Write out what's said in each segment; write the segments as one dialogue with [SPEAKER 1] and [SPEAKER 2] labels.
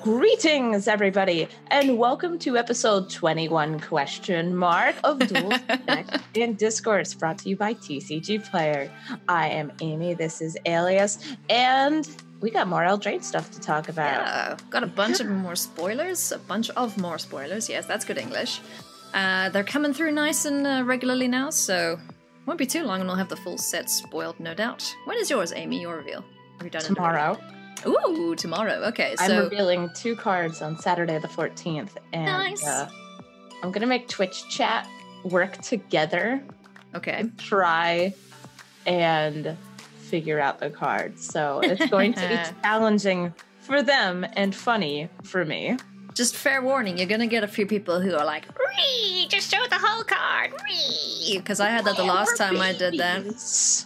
[SPEAKER 1] Greetings, everybody, and welcome to episode 21 question mark of Duels Connect and Discourse, brought to you by TCG Player. I am Amy, this is Alias, and we got more Eldraine stuff to talk about.
[SPEAKER 2] Yeah, Uh, got a bunch of more spoilers, a bunch of more spoilers. Yes, that's good English. Uh, they're coming through nice and uh, regularly now, so won't be too long, and we'll have the full set spoiled, no doubt. When is yours, Amy? Your reveal? Have you done it
[SPEAKER 1] Tomorrow,
[SPEAKER 2] already? Ooh, tomorrow. Okay, so
[SPEAKER 1] I'm revealing two cards on Saturday the 14th, and
[SPEAKER 2] Nice.
[SPEAKER 1] uh, I'm gonna make Twitch chat work together
[SPEAKER 2] okay.
[SPEAKER 1] try and figure out the cards. So it's going to be challenging for them and funny for me.
[SPEAKER 2] Just fair warning, you're gonna get a few people who are like, "Ree, just show the whole card, ree," because I had that the last time I did that.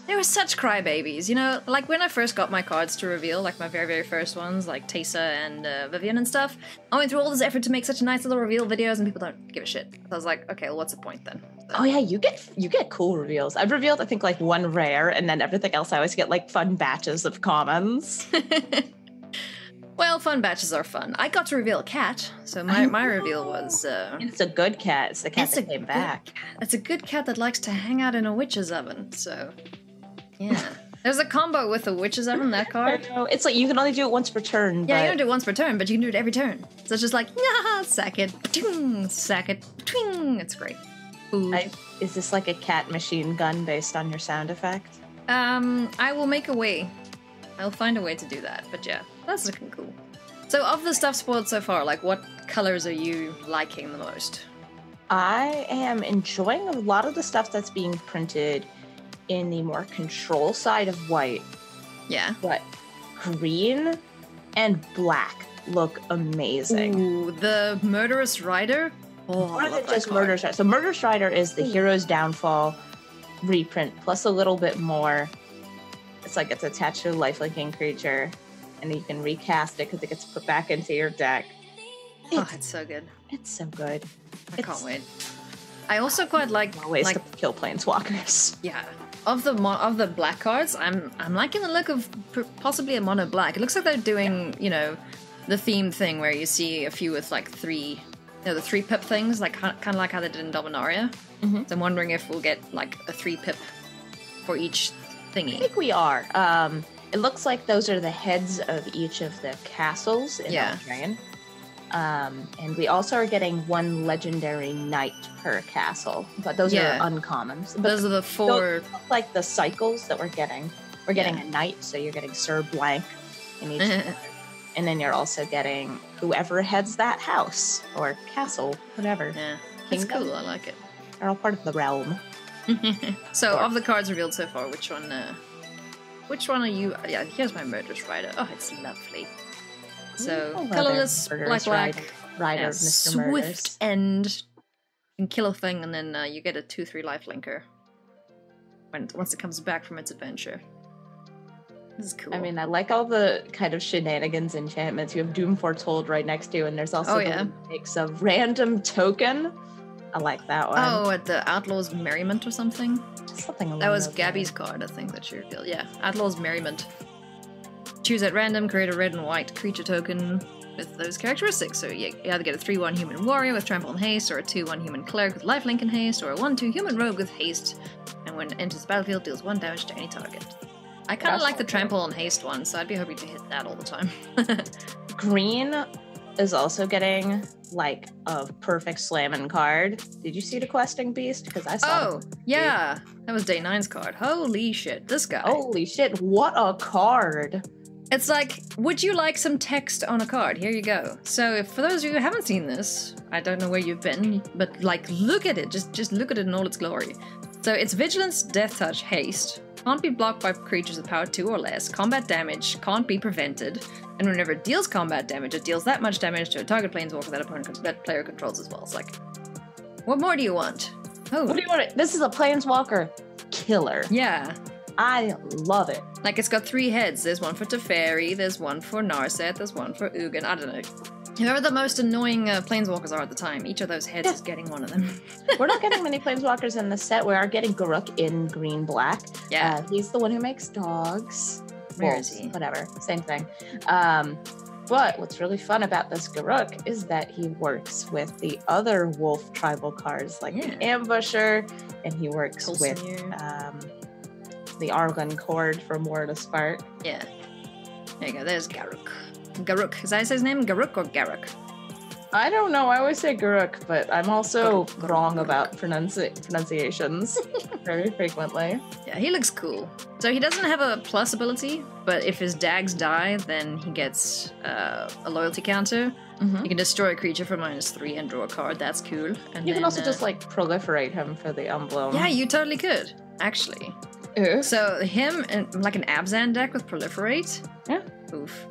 [SPEAKER 2] They were such crybabies, you know. Like when I first got my cards to reveal, like my very very first ones, like Tesa and uh, Vivian and stuff. I went through all this effort to make such nice little reveal videos, and people don't give a shit. So I was like, okay, well, what's the point then? So-
[SPEAKER 1] Oh yeah, you get you get cool reveals. I've revealed I think like one rare, and then everything else I always get like fun batches of commons.
[SPEAKER 2] well, fun batches are fun. I got to reveal a cat, so my
[SPEAKER 1] I
[SPEAKER 2] my
[SPEAKER 1] know.
[SPEAKER 2] reveal was. Uh,
[SPEAKER 1] It's a good cat. It's the cat
[SPEAKER 2] It's
[SPEAKER 1] that
[SPEAKER 2] a
[SPEAKER 1] came
[SPEAKER 2] good-
[SPEAKER 1] back.
[SPEAKER 2] It's a good cat that likes to hang out in a witch's oven. So, yeah, there's a combo with a witch's oven that
[SPEAKER 1] I
[SPEAKER 2] card.
[SPEAKER 1] know. It's like you can only do it once per turn.
[SPEAKER 2] Yeah, you
[SPEAKER 1] but
[SPEAKER 2] don't do it once per turn, but you can do it every turn. So it's just like, nah, sack it, pting, sack it, pting. It's great. Ooh.
[SPEAKER 1] I- is this like a cat machine gun based on your sound effect?
[SPEAKER 2] Um, I will make a way. I'll find a way to do that. But yeah, that's looking cool. So, of the stuff spoiled so far, like what colors are you liking the most?
[SPEAKER 1] I am enjoying a lot of the stuff that's being printed in the more control side of white,
[SPEAKER 2] Yeah.
[SPEAKER 1] but green and black look amazing.
[SPEAKER 2] Ooh, the murderous rider. Oh,
[SPEAKER 1] More
[SPEAKER 2] I love
[SPEAKER 1] than
[SPEAKER 2] that
[SPEAKER 1] just
[SPEAKER 2] card.
[SPEAKER 1] Murder Strider. So Murder Strider is the
[SPEAKER 2] Ooh.
[SPEAKER 1] Hero's Downfall reprint, plus a little bit more. It's like it's attached to a lifelinking creature, and you can recast it because it gets put back into your deck.
[SPEAKER 2] Oh,
[SPEAKER 1] It's,
[SPEAKER 2] it's so good.
[SPEAKER 1] it's so good.
[SPEAKER 2] I
[SPEAKER 1] It's-
[SPEAKER 2] can't wait. I also quite like
[SPEAKER 1] Ways
[SPEAKER 2] like
[SPEAKER 1] to kill planeswalkers.
[SPEAKER 2] yeah of the mo- of the black cards. I'm I'm liking the look of p- possibly a mono black. It looks like they're doing you know the theme thing where you see a few with like three you know the three pip things like kind of like how they did in Dominaria.
[SPEAKER 1] Mhm.
[SPEAKER 2] So I'm wondering if we'll get like a three pip for each
[SPEAKER 1] I
[SPEAKER 2] thingy.
[SPEAKER 1] think we are. Um, it looks like those are the heads of each of the castles in
[SPEAKER 2] Yeah.
[SPEAKER 1] Eldraine. Um, and we also are getting one legendary knight per castle, but those
[SPEAKER 2] Yeah.
[SPEAKER 1] are uncommons. But
[SPEAKER 2] Those are the four.
[SPEAKER 1] look like the cycles that we're getting. We're getting
[SPEAKER 2] Yeah.
[SPEAKER 1] a knight, so you're getting Sir Blank in each, and then you're also getting whoever heads that house or castle, whatever.
[SPEAKER 2] yeah, it's
[SPEAKER 1] Kingdom.
[SPEAKER 2] cool. I like it.
[SPEAKER 1] They're all part of the realm.
[SPEAKER 2] so
[SPEAKER 1] Or-
[SPEAKER 2] of the cards revealed so far, which one? Uh, which one are you? Yeah, here's my murderous rider. Oh, it's lovely. So
[SPEAKER 1] Oh, well,
[SPEAKER 2] colorless,
[SPEAKER 1] they're
[SPEAKER 2] black,
[SPEAKER 1] murderous
[SPEAKER 2] black,
[SPEAKER 1] rider- rider
[SPEAKER 2] yeah,
[SPEAKER 1] of Mr.
[SPEAKER 2] swift
[SPEAKER 1] Murders.
[SPEAKER 2] end. You can kill a thing, and then uh, you get a two-three life linker. When once it comes back from its adventure, this is cool.
[SPEAKER 1] I mean, I like all the kind of shenanigans enchantments you have Doom Foretold right next to, and there's also
[SPEAKER 2] Oh,
[SPEAKER 1] the
[SPEAKER 2] yeah.
[SPEAKER 1] one that makes a random token. I like that one.
[SPEAKER 2] oh, at the Outlaw's Merriment or something.
[SPEAKER 1] something along
[SPEAKER 2] That was
[SPEAKER 1] those
[SPEAKER 2] Gabby's
[SPEAKER 1] lines.
[SPEAKER 2] card, I think, that she revealed. Yeah, Outlaw's Merriment. Choose at random, create a red and white creature token with those characteristics. So you you either get a 3 1 human warrior with trample and haste, or a 2 1 human cleric with lifelink and haste, or a 1 2 human rogue with haste, and when it enters the battlefield, deals 1 damage to any target. I kind of
[SPEAKER 1] That's
[SPEAKER 2] like the
[SPEAKER 1] not bad.
[SPEAKER 2] trample and haste one, so I'd be hoping to hit that all the time.
[SPEAKER 1] Green is also getting like a perfect slamming card. Did you see the questing beast? Because I saw.
[SPEAKER 2] Oh, yeah. That was day 9's card. Holy shit, this guy.
[SPEAKER 1] Holy shit! What a card!
[SPEAKER 2] It's like, would you like some text on a card? Here you go. So, if, for those of you who haven't seen this, I don't know where you've been, but like, look at it. Just, just look at it in all its glory. So, it's vigilance, death touch, haste. Can't be blocked by creatures with power two or less. Combat damage can't be prevented, and whenever it deals combat damage, it deals that much damage to a target planeswalker that opponent that player controls as well. It's like, what more do you want? Oh,
[SPEAKER 1] What do you want? This is a planeswalker killer.
[SPEAKER 2] yeah.
[SPEAKER 1] I love it.
[SPEAKER 2] Like it's got three heads. There's one for Teferi, there's one for Narset, there's one for Ugin. I don't know. Whoever the most annoying uh, planeswalkers are at the time, each of those heads
[SPEAKER 1] Yeah.
[SPEAKER 2] is getting one of them.
[SPEAKER 1] We're not getting many planeswalkers in the set. We are getting Garuk in green black.
[SPEAKER 2] Yeah.
[SPEAKER 1] Uh, he's the one who makes dogs.
[SPEAKER 2] Where
[SPEAKER 1] wolves,
[SPEAKER 2] is he?
[SPEAKER 1] Whatever. Same thing. Um, But what's really fun about this Garuk is that he works with the other wolf tribal cards, like the Ambusher, and he works with
[SPEAKER 2] Tolsimir.
[SPEAKER 1] um, the Arlen Cord from War to Spark.
[SPEAKER 2] Yeah. There you go. There's Garuk. Garuk. Is that his name? Garuk or Garuk?
[SPEAKER 1] I don't know. I always say Garuk, but I'm also
[SPEAKER 2] Garuk, Garuk,
[SPEAKER 1] wrong
[SPEAKER 2] Garuk.
[SPEAKER 1] about pronunci- pronunciations very frequently.
[SPEAKER 2] Yeah, he looks cool. So he doesn't have a plus ability, but if his dags die, then he gets uh, a loyalty counter.
[SPEAKER 1] Hmm?
[SPEAKER 2] You can destroy a creature for minus three and draw a card. That's cool. And
[SPEAKER 1] You
[SPEAKER 2] then,
[SPEAKER 1] can also
[SPEAKER 2] uh,
[SPEAKER 1] just like proliferate him for the emblem.
[SPEAKER 2] yeah, you totally could actually.
[SPEAKER 1] Ooh.
[SPEAKER 2] So him and like an Abzan deck with proliferate.
[SPEAKER 1] Yeah.
[SPEAKER 2] Oof.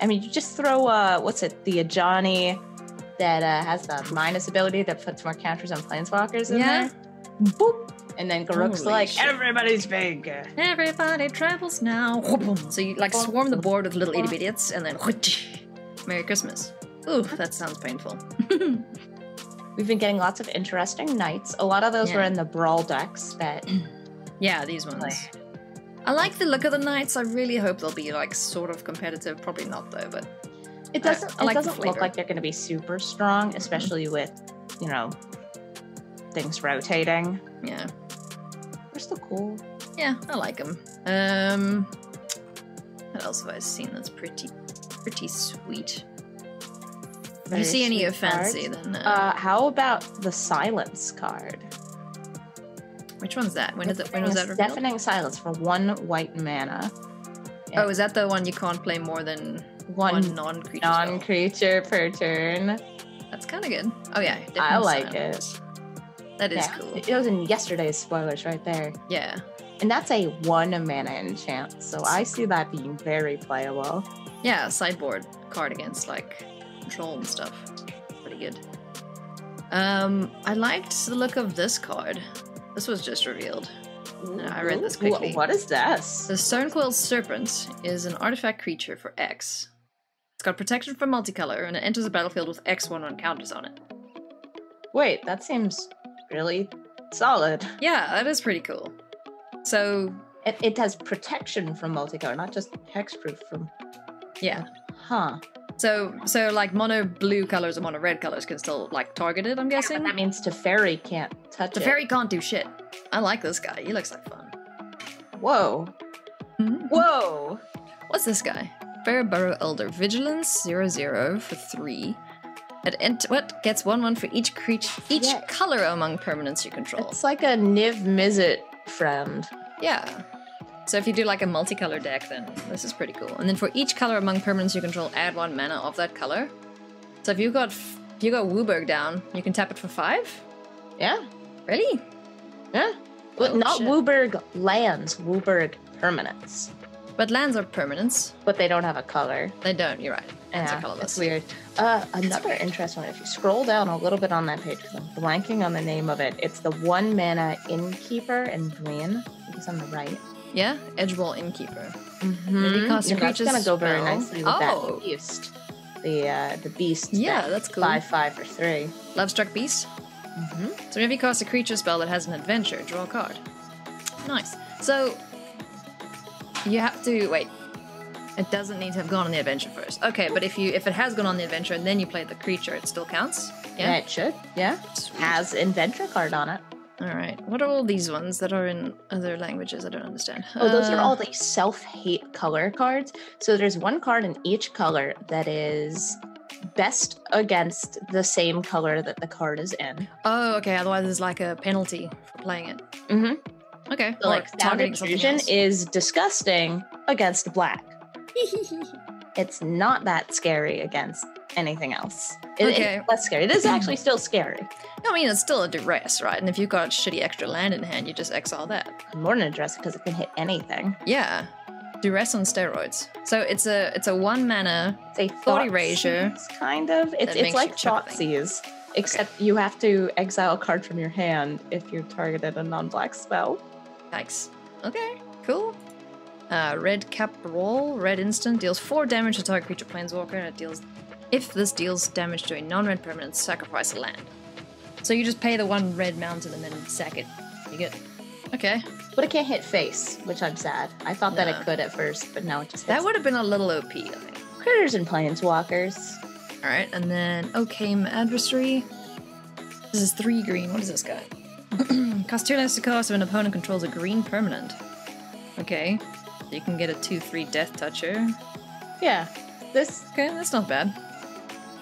[SPEAKER 1] I mean, you just throw uh, what's it, the Ajani that uh, has the minus ability that puts more counters on planeswalkers in
[SPEAKER 2] Yeah.
[SPEAKER 1] there. Boop. And then Garuk's
[SPEAKER 2] Holy
[SPEAKER 1] like,
[SPEAKER 2] shit.
[SPEAKER 1] everybody's big.
[SPEAKER 2] Everybody travels now. So you like swarm the board with little itty bitties and then Merry Christmas. Ooh, that sounds painful.
[SPEAKER 1] We've been getting lots of interesting knights. A lot of those
[SPEAKER 2] Yeah.
[SPEAKER 1] were in the brawl decks that
[SPEAKER 2] Yeah, these ones. I like the look of the knights. I really hope they'll be like sort of competitive. Probably not though, but
[SPEAKER 1] it doesn't
[SPEAKER 2] I
[SPEAKER 1] it
[SPEAKER 2] like the
[SPEAKER 1] doesn't look
[SPEAKER 2] flavor. Mm-hmm.
[SPEAKER 1] like they're gonna be super strong, especially with, you know, things rotating.
[SPEAKER 2] yeah,
[SPEAKER 1] They're still cool.
[SPEAKER 2] yeah, I like them. Um, what else have I seen that's pretty, pretty sweet? If
[SPEAKER 1] Very
[SPEAKER 2] you see any
[SPEAKER 1] sweet
[SPEAKER 2] of fancy,
[SPEAKER 1] cards.
[SPEAKER 2] then uh,
[SPEAKER 1] Uh, how about the silence card?
[SPEAKER 2] which one's that? When is it? When was that revealed?
[SPEAKER 1] Deafening silence for one white mana.
[SPEAKER 2] Oh, is that the one you can't play more than
[SPEAKER 1] One,
[SPEAKER 2] one, non-creature?
[SPEAKER 1] non
[SPEAKER 2] spell?
[SPEAKER 1] creature per turn.
[SPEAKER 2] That's kind of good. Oh yeah,
[SPEAKER 1] I
[SPEAKER 2] definitely
[SPEAKER 1] like
[SPEAKER 2] silent.
[SPEAKER 1] it.
[SPEAKER 2] That is
[SPEAKER 1] Yeah.
[SPEAKER 2] cool.
[SPEAKER 1] It was in yesterday's spoilers right there.
[SPEAKER 2] Yeah,
[SPEAKER 1] And that's a one mana enchant, so I see that being very playable.
[SPEAKER 2] yeah. Sideboard card against like control and stuff. Pretty good. Um, I liked the look of this card. This was just revealed. No, I read this
[SPEAKER 1] Wh-
[SPEAKER 2] quickly.
[SPEAKER 1] What is this?
[SPEAKER 2] The Stonequill Serpent is an artifact creature for X. It's got protection from multicolor, and it enters the battlefield with X1 on counters on it.
[SPEAKER 1] Wait, that seems really solid.
[SPEAKER 2] Yeah, that is pretty cool. So,
[SPEAKER 1] It, it has protection from multicolor, not just hexproof from.
[SPEAKER 2] yeah.
[SPEAKER 1] Huh.
[SPEAKER 2] So, so like mono blue colors and mono red colors can still like target it. I'm guessing.
[SPEAKER 1] But that means Teferi can't touch
[SPEAKER 2] the
[SPEAKER 1] it.
[SPEAKER 2] fairy can't do shit. I like this guy. He looks like fun.
[SPEAKER 1] Whoa. Hmm. Whoa.
[SPEAKER 2] What's this guy? Barrow Elder. Vigilance 0 0 for 3. It ent- what? Gets 1 1 for each creature, each
[SPEAKER 1] Yeah.
[SPEAKER 2] color among permanents you control.
[SPEAKER 1] It's like a Niv Mizzet friend.
[SPEAKER 2] Yeah. So if you do like a multicolor deck, then this is pretty cool. And then for each color among permanents you control, add one mana of that color. So if you got f- if you got Wooburg down, you can tap it for five.
[SPEAKER 1] Yeah.
[SPEAKER 2] Really?
[SPEAKER 1] Yeah. Well,
[SPEAKER 2] Oh,
[SPEAKER 1] not
[SPEAKER 2] shit.
[SPEAKER 1] Wooburg lands, Wooburg permanents.
[SPEAKER 2] But lands are permanents.
[SPEAKER 1] But they don't have a color.
[SPEAKER 2] They don't. You're right. Lands are colorless.
[SPEAKER 1] It's weird. Uh, another interesting one. If you scroll down a little bit on that page, 'cause I'm blanking on the name of it. It's the one mana innkeeper and Blaine. It's on the right.
[SPEAKER 2] Yeah. Edgewall Innkeeper.
[SPEAKER 1] Mm-hmm.
[SPEAKER 2] Maybe cast a
[SPEAKER 1] that's gonna
[SPEAKER 2] creature's
[SPEAKER 1] go very
[SPEAKER 2] spell.
[SPEAKER 1] nicely with
[SPEAKER 2] Oh.
[SPEAKER 1] that beast. The uh, the beast.
[SPEAKER 2] Yeah,
[SPEAKER 1] that
[SPEAKER 2] that's cool.
[SPEAKER 1] Five five or 3
[SPEAKER 2] Lovestruck Beast.
[SPEAKER 1] Mm-hmm.
[SPEAKER 2] So whenever you cast a creature spell that has an adventure, draw a card. Nice. So you have to wait. It doesn't need to have gone on the adventure first. Okay, but if you if it has gone on the adventure and then you play the creature, it still counts.
[SPEAKER 1] Yeah.
[SPEAKER 2] Yeah.
[SPEAKER 1] it should. Yeah,
[SPEAKER 2] Sweet.
[SPEAKER 1] has adventure card on it.
[SPEAKER 2] All right. What are all these ones that are in other languages? I don't understand.
[SPEAKER 1] Oh, those are
[SPEAKER 2] Uh,
[SPEAKER 1] all the self hate color cards. So there's one card in each color that is best against the same color that the card is in.
[SPEAKER 2] Oh, okay. Otherwise, there's like a penalty for playing it.
[SPEAKER 1] Mm-hmm.
[SPEAKER 2] Okay.
[SPEAKER 1] So,
[SPEAKER 2] or
[SPEAKER 1] like, sound
[SPEAKER 2] targeting something
[SPEAKER 1] intrusion
[SPEAKER 2] else.
[SPEAKER 1] is disgusting against black. It's not that scary against anything else. It- it's
[SPEAKER 2] Okay.
[SPEAKER 1] less scary. This is actually still scary.
[SPEAKER 2] I mean, it's still a duress, right? And if you've got shitty extra land in hand, you just exile that.
[SPEAKER 1] I'm more than address because it can hit anything.
[SPEAKER 2] Yeah. Duress on steroids. So it's a it's a one mana.
[SPEAKER 1] It's a thought
[SPEAKER 2] erasure.
[SPEAKER 1] seize, kind of. It's,
[SPEAKER 2] That
[SPEAKER 1] it's
[SPEAKER 2] makes you
[SPEAKER 1] like
[SPEAKER 2] check
[SPEAKER 1] thought
[SPEAKER 2] things.
[SPEAKER 1] seize, except you have to exile a card from your hand if you're targeted a non-black spell.
[SPEAKER 2] Yikes. Okay, cool. Uh, red cap roll, red instant, deals four damage to target creature planeswalker, and it deals if this deals damage to a non-red permanent, sacrifice a land. So you just pay the one red mountain and then sack it. You get Okay.
[SPEAKER 1] But it can't hit face, which I'm sad. I thought that
[SPEAKER 2] No.
[SPEAKER 1] it could at first, but now it just
[SPEAKER 2] That
[SPEAKER 1] hits.
[SPEAKER 2] would have been a little OP, I think.
[SPEAKER 1] critters and planeswalkers.
[SPEAKER 2] All right, and then Okame Adversary. This is three green. What is this guy? cost two less to cost if an opponent controls a green permanent. Okay, so you can get a 2 3 Death Toucher.
[SPEAKER 1] Yeah, this
[SPEAKER 2] Okay, that's not bad.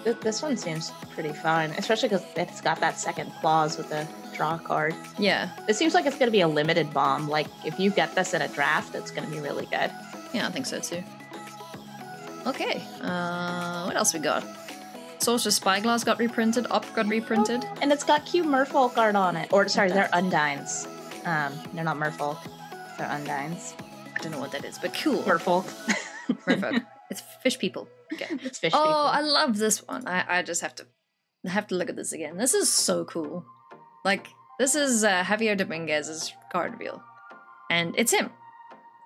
[SPEAKER 1] th- this one seems pretty fun, especially because it's got that second clause with the draw card.
[SPEAKER 2] Yeah,
[SPEAKER 1] It seems like it's going to be a limited bomb. Like if you get this in a draft, it's going to be really good.
[SPEAKER 2] yeah, I think so too. Okay, uh, what else we got? Sorcerer Spyglass got reprinted, Op got reprinted.
[SPEAKER 1] And it's got cute merfolk art on it. Or sorry, they're undines. Um, they're not merfolk. They're undines.
[SPEAKER 2] I don't know what that is, but cool.
[SPEAKER 1] Merfolk.
[SPEAKER 2] Merfolk. it's fish people. Okay.
[SPEAKER 1] it's fish people.
[SPEAKER 2] Oh, I love this one. I, I just have to I have to look at this again. This is so cool. Like this is uh, Javier Dominguez's card reveal, and it's him.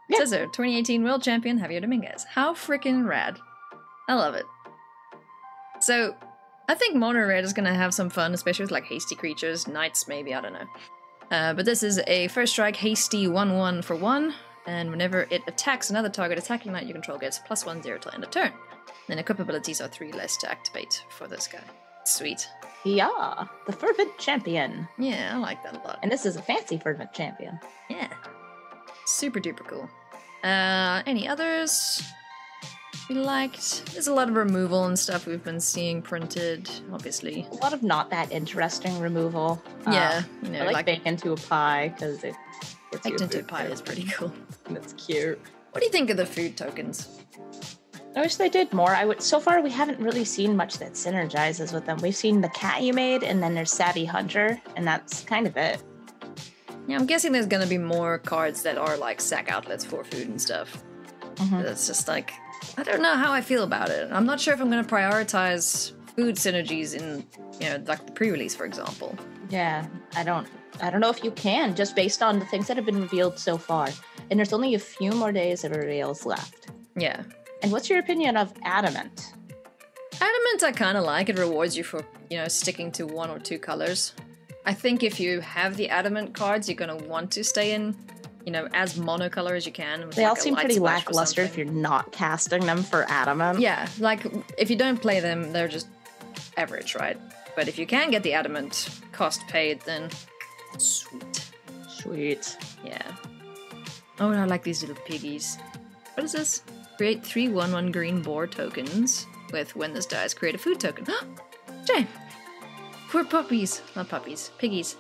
[SPEAKER 1] Yeah.
[SPEAKER 2] Scissor, 2018 World Champion Javier Dominguez. How freaking rad! I love it. So, I think Mono Red is gonna have some fun, especially with like hasty creatures, knights maybe. I don't know. Uh, but this is a first strike hasty one-one for one, and whenever it attacks another target attacking knight you control gets plus one zero till end of turn. Then equip abilities are three less to activate for this guy. Sweet.
[SPEAKER 1] yeah, the fervent champion.
[SPEAKER 2] Yeah, I like that a lot.
[SPEAKER 1] And this is a fancy fervent champion.
[SPEAKER 2] Yeah. Super duper cool. Uh, any others we liked? There's a lot of removal and stuff we've been seeing printed, obviously.
[SPEAKER 1] A lot of not that interesting removal. Um,
[SPEAKER 2] yeah, you know,
[SPEAKER 1] I like,
[SPEAKER 2] like,
[SPEAKER 1] baked into a pie because it gets you
[SPEAKER 2] baked into a
[SPEAKER 1] food
[SPEAKER 2] pie is pretty cool.
[SPEAKER 1] and it's cute.
[SPEAKER 2] What do you think of the food tokens?
[SPEAKER 1] I wish they did more. I would. So far, we haven't really seen much that synergizes with them. We've seen the cat you made, and then there's Savvy Hunter, and that's kind of it.
[SPEAKER 2] Yeah, I'm guessing there's gonna be more cards that are like sack outlets for food and stuff.
[SPEAKER 1] Mhm.
[SPEAKER 2] It's just like I don't know how I feel about it. I'm not sure if I'm going to prioritize food synergies in you know like the pre-release, for example.
[SPEAKER 1] Yeah, I don't. I don't know if you can just based on the things that have been revealed so far. And there's only a few more days of reveals left.
[SPEAKER 2] Yeah,
[SPEAKER 1] And what's your opinion of Adamant?
[SPEAKER 2] adamant I kind of like. It rewards you for you know sticking to one or two colors. I think if you have the adamant cards, you're going to want to stay in you know as monocolor as you can. with
[SPEAKER 1] They
[SPEAKER 2] like
[SPEAKER 1] all
[SPEAKER 2] a
[SPEAKER 1] seem
[SPEAKER 2] light
[SPEAKER 1] pretty
[SPEAKER 2] splash or
[SPEAKER 1] lackluster if
[SPEAKER 2] something.
[SPEAKER 1] you're not casting them for Adamant.
[SPEAKER 2] Yeah, like if you don't play them, they're just average, right? But if you can get the adamant cost paid, then sweet.
[SPEAKER 1] Sweet.
[SPEAKER 2] Yeah. Oh, and I like these little piggies. What is this? Create three one one green boar tokens with when this dies, create a food token. Jane! Poor puppies. Not puppies, piggies.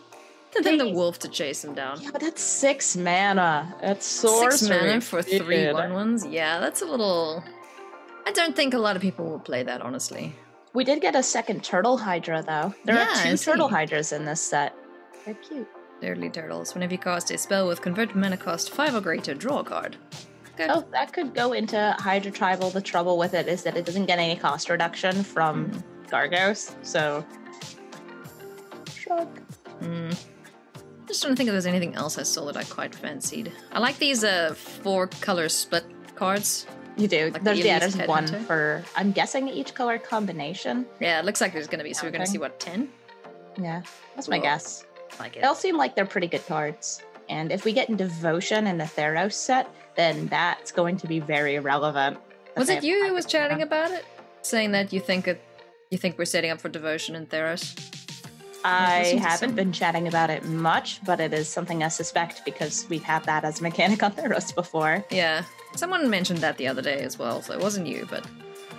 [SPEAKER 2] And then the
[SPEAKER 1] Piggies.
[SPEAKER 2] wolf to chase them down.
[SPEAKER 1] Yeah, but that's six mana. That's sorcery.
[SPEAKER 2] Six mana for three
[SPEAKER 1] dude.
[SPEAKER 2] one ones. Yeah, that's a little. I don't think a lot of people will play that, honestly.
[SPEAKER 1] We did get a second turtle hydra though. There
[SPEAKER 2] Yeah,
[SPEAKER 1] are
[SPEAKER 2] I
[SPEAKER 1] two turtle
[SPEAKER 2] see.
[SPEAKER 1] hydras in this set. They're cute.
[SPEAKER 2] Dirtly turtles. Whenever you cast a spell with convert mana cost five or greater, draw a card. Okay.
[SPEAKER 1] Oh, that could go into Hydra Tribal. The trouble with it is that it doesn't get any cost reduction from Gargos, so shrug.
[SPEAKER 2] Mm. Just trying to think if there's anything else I saw that I quite fancied. I like these uh four color split cards.
[SPEAKER 1] You do.
[SPEAKER 2] Like the
[SPEAKER 1] there's yeah,
[SPEAKER 2] Elise
[SPEAKER 1] there's one
[SPEAKER 2] Headhunter?
[SPEAKER 1] for I'm guessing each color combination.
[SPEAKER 2] Yeah, it looks like there's gonna be. So we're gonna
[SPEAKER 1] Okay.
[SPEAKER 2] see what ten.
[SPEAKER 1] Yeah, that's my
[SPEAKER 2] Cool.
[SPEAKER 1] guess.
[SPEAKER 2] Like it.
[SPEAKER 1] They all seem like they're pretty good cards. And if we get in Devotion and the Theros set, then that's going to be very relevant.
[SPEAKER 2] Was it you who was chatting
[SPEAKER 1] about?
[SPEAKER 2] about it, saying that you think it, you think we're setting up for devotion and Theros? I've
[SPEAKER 1] I
[SPEAKER 2] listened to
[SPEAKER 1] haven't
[SPEAKER 2] some.
[SPEAKER 1] been chatting about it much, but it is something I suspect because we've had that as a mechanic on Theros before.
[SPEAKER 2] Yeah, someone mentioned that the other day as well. So it wasn't you, but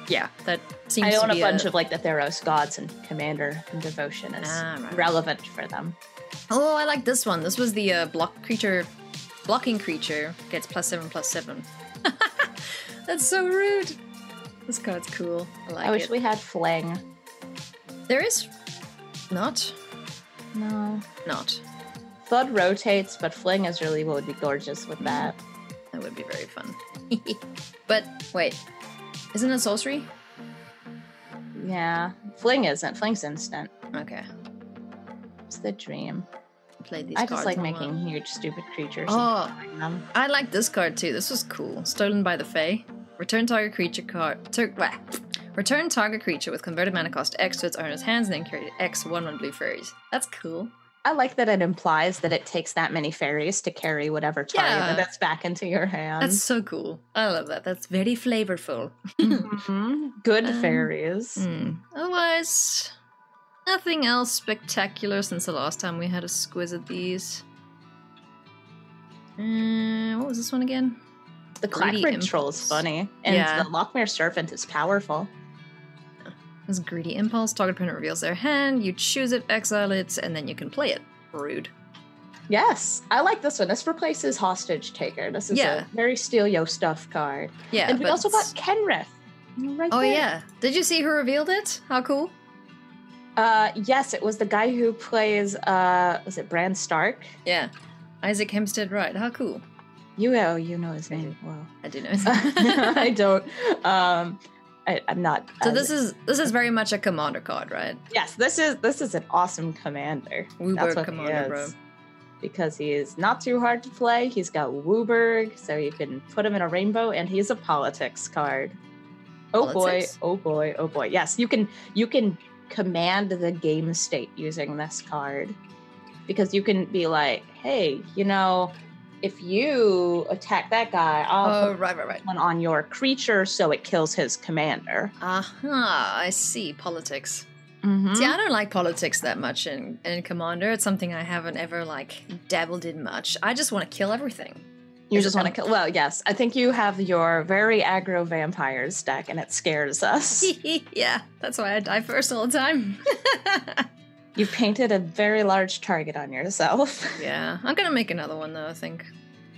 [SPEAKER 2] yeah, that seems.
[SPEAKER 1] I
[SPEAKER 2] to
[SPEAKER 1] own a
[SPEAKER 2] be
[SPEAKER 1] bunch of like the Theros gods and Commander and Devotion is
[SPEAKER 2] Ah, right.
[SPEAKER 1] relevant for them.
[SPEAKER 2] Oh, I like this one. This was the uh, block creature, blocking creature gets plus seven plus seven. That's so rude. This card's cool. I like
[SPEAKER 1] I wish
[SPEAKER 2] it.
[SPEAKER 1] we had Fling.
[SPEAKER 2] there is not,
[SPEAKER 1] No.
[SPEAKER 2] not.
[SPEAKER 1] Thud rotates, but Fling is really what would be gorgeous
[SPEAKER 2] Mm-hmm.
[SPEAKER 1] with that.
[SPEAKER 2] That would be very fun. but wait, isn't it sorcery?
[SPEAKER 1] Yeah. Fling isn't. Fling's instant.
[SPEAKER 2] Okay,
[SPEAKER 1] It's the dream.
[SPEAKER 2] play these.
[SPEAKER 1] I just
[SPEAKER 2] cards
[SPEAKER 1] like
[SPEAKER 2] more.
[SPEAKER 1] making huge, stupid creatures. and
[SPEAKER 2] Oh,
[SPEAKER 1] drawing them.
[SPEAKER 2] I like this card too. This was cool. Stolen by the Fae. Return target creature card. Tur- blah. Return target creature with converted mana cost X to its owner's hands, and then create X one one blue fairies. That's cool.
[SPEAKER 1] I like that it implies that it takes that many fairies to carry whatever target
[SPEAKER 2] Yeah.
[SPEAKER 1] that's back into your hand.
[SPEAKER 2] That's so cool. I love that. That's very flavorful.
[SPEAKER 1] Mhm. Good
[SPEAKER 2] Um,
[SPEAKER 1] fairies.
[SPEAKER 2] Hmm. Otherwise, nothing else spectacular since the last time we had a squiz at these. Uh, what was this one again?
[SPEAKER 1] The
[SPEAKER 2] greedy
[SPEAKER 1] Clackrid troll is
[SPEAKER 2] impulse.
[SPEAKER 1] funny, and
[SPEAKER 2] Yeah.
[SPEAKER 1] the Lockmere serpent is powerful.
[SPEAKER 2] This greedy impulse. Target opponent reveals their hand. You choose it, exile it, and then you can play it. Rude.
[SPEAKER 1] Yes, I like this one. This replaces Hostage Taker. This is
[SPEAKER 2] Yeah.
[SPEAKER 1] a very steal yo stuff card.
[SPEAKER 2] Yeah.
[SPEAKER 1] and we
[SPEAKER 2] but
[SPEAKER 1] also got
[SPEAKER 2] it's-
[SPEAKER 1] Kenrith. Right
[SPEAKER 2] Oh
[SPEAKER 1] there.
[SPEAKER 2] yeah. Did you see who revealed it? How cool.
[SPEAKER 1] Uh, yes, it was the guy who plays, uh, was it Bran Stark?
[SPEAKER 2] Yeah. Isaac Hempstead Wright. How cool.
[SPEAKER 1] You know, you know his name. Well,
[SPEAKER 2] I do know.
[SPEAKER 1] I don't. Um, I, I'm not.
[SPEAKER 2] so
[SPEAKER 1] as-
[SPEAKER 2] this is this is very much a commander card, right?
[SPEAKER 1] yes, this is this is an awesome commander. That's
[SPEAKER 2] Wooberg
[SPEAKER 1] what
[SPEAKER 2] commander,
[SPEAKER 1] he
[SPEAKER 2] bro.
[SPEAKER 1] is. Because he is not too hard to play. He's got Wooberg, so you can put him in a rainbow, and he's a politics card. Oh
[SPEAKER 2] Politics?
[SPEAKER 1] boy! Oh boy! Oh boy! Yes, you can you can command the game state using this card, because you can be like, hey, you know, if you attack that guy, I'll
[SPEAKER 2] Oh right, right, right.
[SPEAKER 1] put one on your creature so it kills his commander.
[SPEAKER 2] Aha, I see. Politics.
[SPEAKER 1] Mhm.
[SPEAKER 2] See, I don't like politics that much in, in Commander. It's something I haven't ever like dabbled in much. I just want to kill everything.
[SPEAKER 1] You
[SPEAKER 2] Is it
[SPEAKER 1] just want to
[SPEAKER 2] gonna-
[SPEAKER 1] kill. Well, yes. I think you have your very aggro vampires deck, and it scares us.
[SPEAKER 2] yeah, that's why I die first all the time.
[SPEAKER 1] you painted a very large target on yourself.
[SPEAKER 2] yeah, I'm gonna make another one though. I think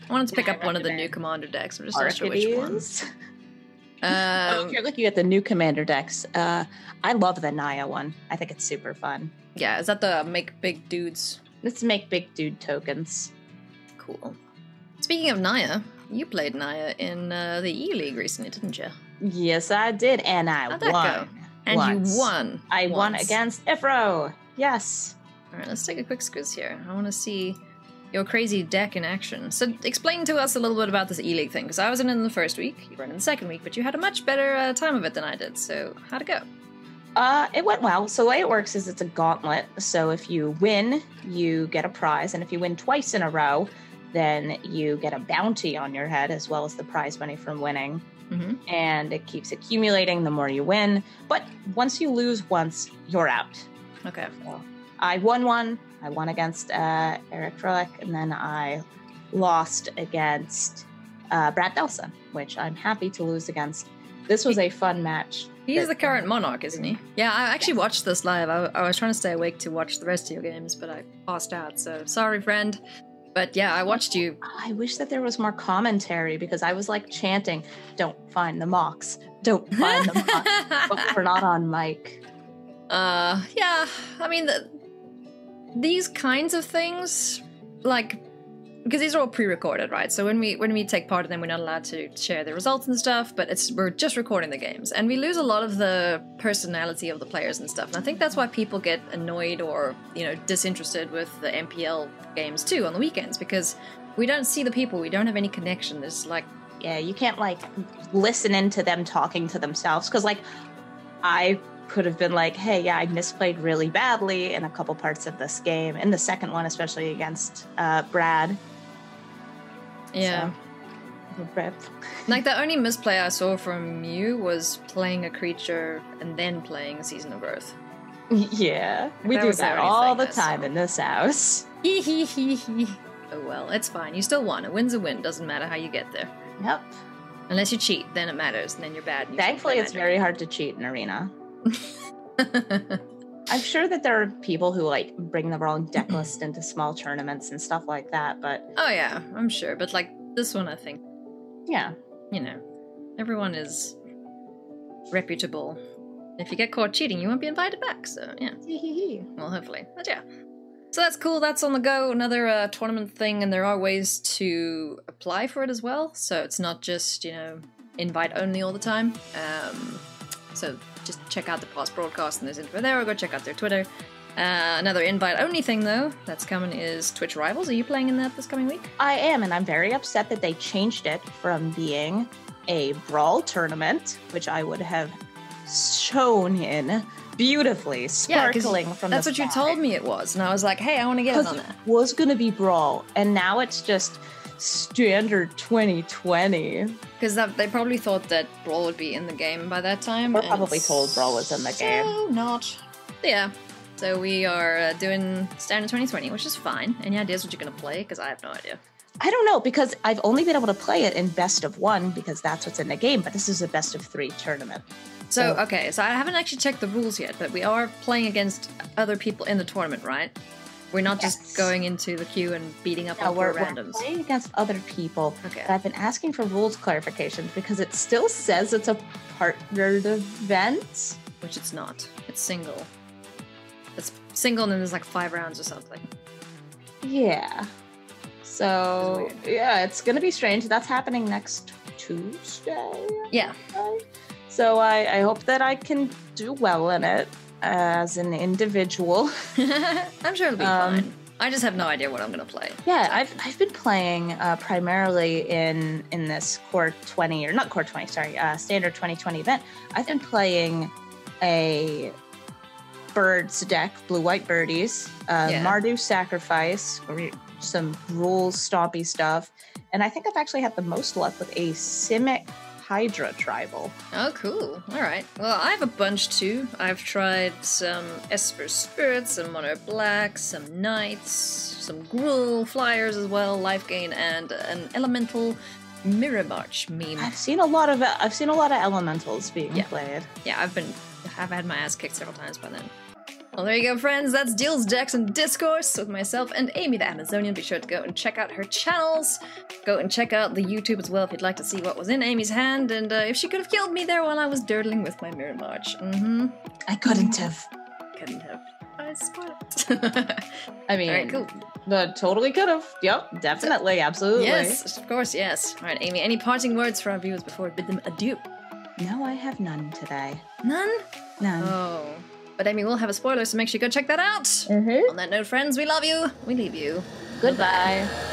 [SPEAKER 2] I wanted to pick
[SPEAKER 1] Yeah,
[SPEAKER 2] up one of the new
[SPEAKER 1] recommend.
[SPEAKER 2] Commander decks. I'm just
[SPEAKER 1] Or
[SPEAKER 2] not
[SPEAKER 1] if
[SPEAKER 2] sure
[SPEAKER 1] it
[SPEAKER 2] which one.
[SPEAKER 1] is- oh,
[SPEAKER 2] Um,
[SPEAKER 1] if you're looking at the new commander decks, uh, I love the Naya one. I think it's super fun.
[SPEAKER 2] yeah, is that the make big dudes?
[SPEAKER 1] Let's make big dude tokens.
[SPEAKER 2] Cool. Speaking of Naya, you played Naya in uh, the E League recently, didn't you?
[SPEAKER 1] Yes, I did, and I
[SPEAKER 2] How'd that
[SPEAKER 1] won.
[SPEAKER 2] go? And
[SPEAKER 1] Once.
[SPEAKER 2] you won.
[SPEAKER 1] I won
[SPEAKER 2] once.
[SPEAKER 1] against Ifro. Yes.
[SPEAKER 2] All right, let's take a quick squiz here. I want to see your crazy deck in action. So, explain to us a little bit about this E League thing, because I wasn't in the first week, you were in the second week, but you had a much better uh, time of it than I did. So, how'd it go?
[SPEAKER 1] Uh, it went well. So the way it works is it's a gauntlet. So if you win, you get a prize, and if you win twice in a row, then you get a bounty on your head as well as the prize money from winning.
[SPEAKER 2] Mm-hmm.
[SPEAKER 1] And it keeps accumulating the more you win. But once you lose once, you're out.
[SPEAKER 2] Okay.
[SPEAKER 1] I won one. I won against uh, Eric Froelich, and then I lost against uh, Brad Delson, which I'm happy to lose against. This was a fun match.
[SPEAKER 2] He's the
[SPEAKER 1] that-
[SPEAKER 2] current monarch, isn't he? Yeah, I actually watched this live. I, I was trying to stay awake to watch the rest of your games, but I passed out. So, sorry, friend. But yeah, I watched you.
[SPEAKER 1] I wish that there was more commentary because I was like chanting, "Don't find the mocks, don't find the mocks." but we we're not on mic.
[SPEAKER 2] Uh, yeah. I mean, the, these kinds of things, like, because these are all pre-recorded, right? So when we when we take part in them, we're not allowed to share the results and stuff. But it's we're just recording the games, and we lose a lot of the personality of the players and stuff. And I think that's why people get annoyed or you know disinterested with the MPL games too on the weekends because we don't see the people, we don't have any connection. There's like,
[SPEAKER 1] Yeah, you can't like listen into them talking to themselves because like I could have been like, "Hey, yeah, I misplayed really badly in a couple parts of this game, in the second one especially against uh, Brad."
[SPEAKER 2] yeah.
[SPEAKER 1] So, rip.
[SPEAKER 2] Like the only misplay I saw from you was playing a creature and then playing a season of Earth.
[SPEAKER 1] Yeah, we
[SPEAKER 2] That
[SPEAKER 1] do
[SPEAKER 2] was the
[SPEAKER 1] that
[SPEAKER 2] only
[SPEAKER 1] all
[SPEAKER 2] thing
[SPEAKER 1] the
[SPEAKER 2] I saw.
[SPEAKER 1] time in this house.
[SPEAKER 2] oh well, it's fine. You still won. A win's a win. Doesn't matter how you get there.
[SPEAKER 1] Yep.
[SPEAKER 2] Unless you cheat, then it matters, and then you're bad. and you shouldn't
[SPEAKER 1] Thankfully,
[SPEAKER 2] play
[SPEAKER 1] it's very hard to cheat in arena.
[SPEAKER 2] Magic.
[SPEAKER 1] I'm sure that there are people who like bring the wrong deck list into small tournaments and stuff like that, but
[SPEAKER 2] oh yeah, I'm sure. But like this one, I think
[SPEAKER 1] yeah.
[SPEAKER 2] you know, everyone is reputable. If you get caught cheating, you won't be invited back. So yeah. Well, hopefully. But yeah. So that's cool. That's on the go. Another uh, tournament thing, and there are ways to apply for it as well. So it's not just, you know, invite only all the time. Um, so just check out the past broadcast and there's info there, or go check out their Twitter. Uh, another invite only thing, though, that's coming is Twitch Rivals. Are you playing in that this coming week?
[SPEAKER 1] I am, and I'm very upset that they changed it from being a brawl tournament, which I would have shown in beautifully,
[SPEAKER 2] 'cause
[SPEAKER 1] sparkling from
[SPEAKER 2] That's
[SPEAKER 1] the
[SPEAKER 2] what you
[SPEAKER 1] side.
[SPEAKER 2] told me it was, and I was like, hey, I want to get in
[SPEAKER 1] Because
[SPEAKER 2] on
[SPEAKER 1] it
[SPEAKER 2] that.
[SPEAKER 1] was gonna be brawl, and now it's just standard 2020.
[SPEAKER 2] Because they probably thought that Brawl would be in the game by that time.
[SPEAKER 1] We're
[SPEAKER 2] and
[SPEAKER 1] probably told Brawl was in the game.
[SPEAKER 2] So not. Yeah. So we are uh, doing standard 2020, which is fine. Any ideas what you're gonna play? Because I have no idea.
[SPEAKER 1] I don't know because I've only been able to play it in best of one because that's what's in the game, but this is a best of three tournament.
[SPEAKER 2] So
[SPEAKER 1] So-
[SPEAKER 2] okay, so I haven't actually checked the rules yet, but we are playing against other people in the tournament, right? We're not
[SPEAKER 1] Yes.
[SPEAKER 2] just going into the queue and beating up
[SPEAKER 1] No,
[SPEAKER 2] on
[SPEAKER 1] we're,
[SPEAKER 2] poor
[SPEAKER 1] we're
[SPEAKER 2] randoms.
[SPEAKER 1] playing against other people.
[SPEAKER 2] Okay.
[SPEAKER 1] But I've been asking for rules clarifications because it still says it's a partnered event.
[SPEAKER 2] which it's not. It's single. It's single, and then there's like five rounds or something.
[SPEAKER 1] Yeah. So
[SPEAKER 2] This is
[SPEAKER 1] yeah, it's gonna be strange. That's happening next Tuesday.
[SPEAKER 2] Yeah,
[SPEAKER 1] So I, I hope that I can do well in it as an individual.
[SPEAKER 2] I'm sure it'll be
[SPEAKER 1] Um,
[SPEAKER 2] fine. I just have no idea what I'm gonna play.
[SPEAKER 1] Yeah, I've, I've been playing uh, primarily in in this Core 20 or not Core 20, sorry, uh, Standard 2020 event. I've been playing a birds deck, blue white birdies, uh,
[SPEAKER 2] Yeah.
[SPEAKER 1] Mardu sacrifice, or some rules stompy stuff, and I think I've actually had the most luck with a Simic Hydra tribal.
[SPEAKER 2] Oh, cool. All right. Well, I have a bunch too. I've tried some Esper Spirits, some Mono Black, some Knights, some Gruul Flyers as well, Life Gain, and an Elemental Mirror March meme.
[SPEAKER 1] I've seen a lot of I've seen a lot of elementals being
[SPEAKER 2] Yeah.
[SPEAKER 1] played.
[SPEAKER 2] yeah, I've been I've had my ass kicked several times by then. Well, there you go, friends. That's Deals, Decks, and Discourse with myself and Amy the Amazonian. Be sure to go and check out her channels. Go and check out the YouTube as well if you'd like to see what was in Amy's hand and uh, if she could have killed me there while I was dirtling with my mirror march. Mm-hmm.
[SPEAKER 1] I couldn't have.
[SPEAKER 2] Couldn't have. I swear.
[SPEAKER 1] I mean,
[SPEAKER 2] All right, cool.
[SPEAKER 1] the totally could have. Yep, definitely, absolutely.
[SPEAKER 2] Yes, of course, yes. All right, Amy, any parting words for our viewers before I bid them adieu?
[SPEAKER 1] No, I have none today.
[SPEAKER 2] None?
[SPEAKER 1] None.
[SPEAKER 2] Oh. But Amy will have Mm-hmm. a spoiler, so make sure you go check that out. On that note, friends, we love you. We leave you.
[SPEAKER 1] Goodbye.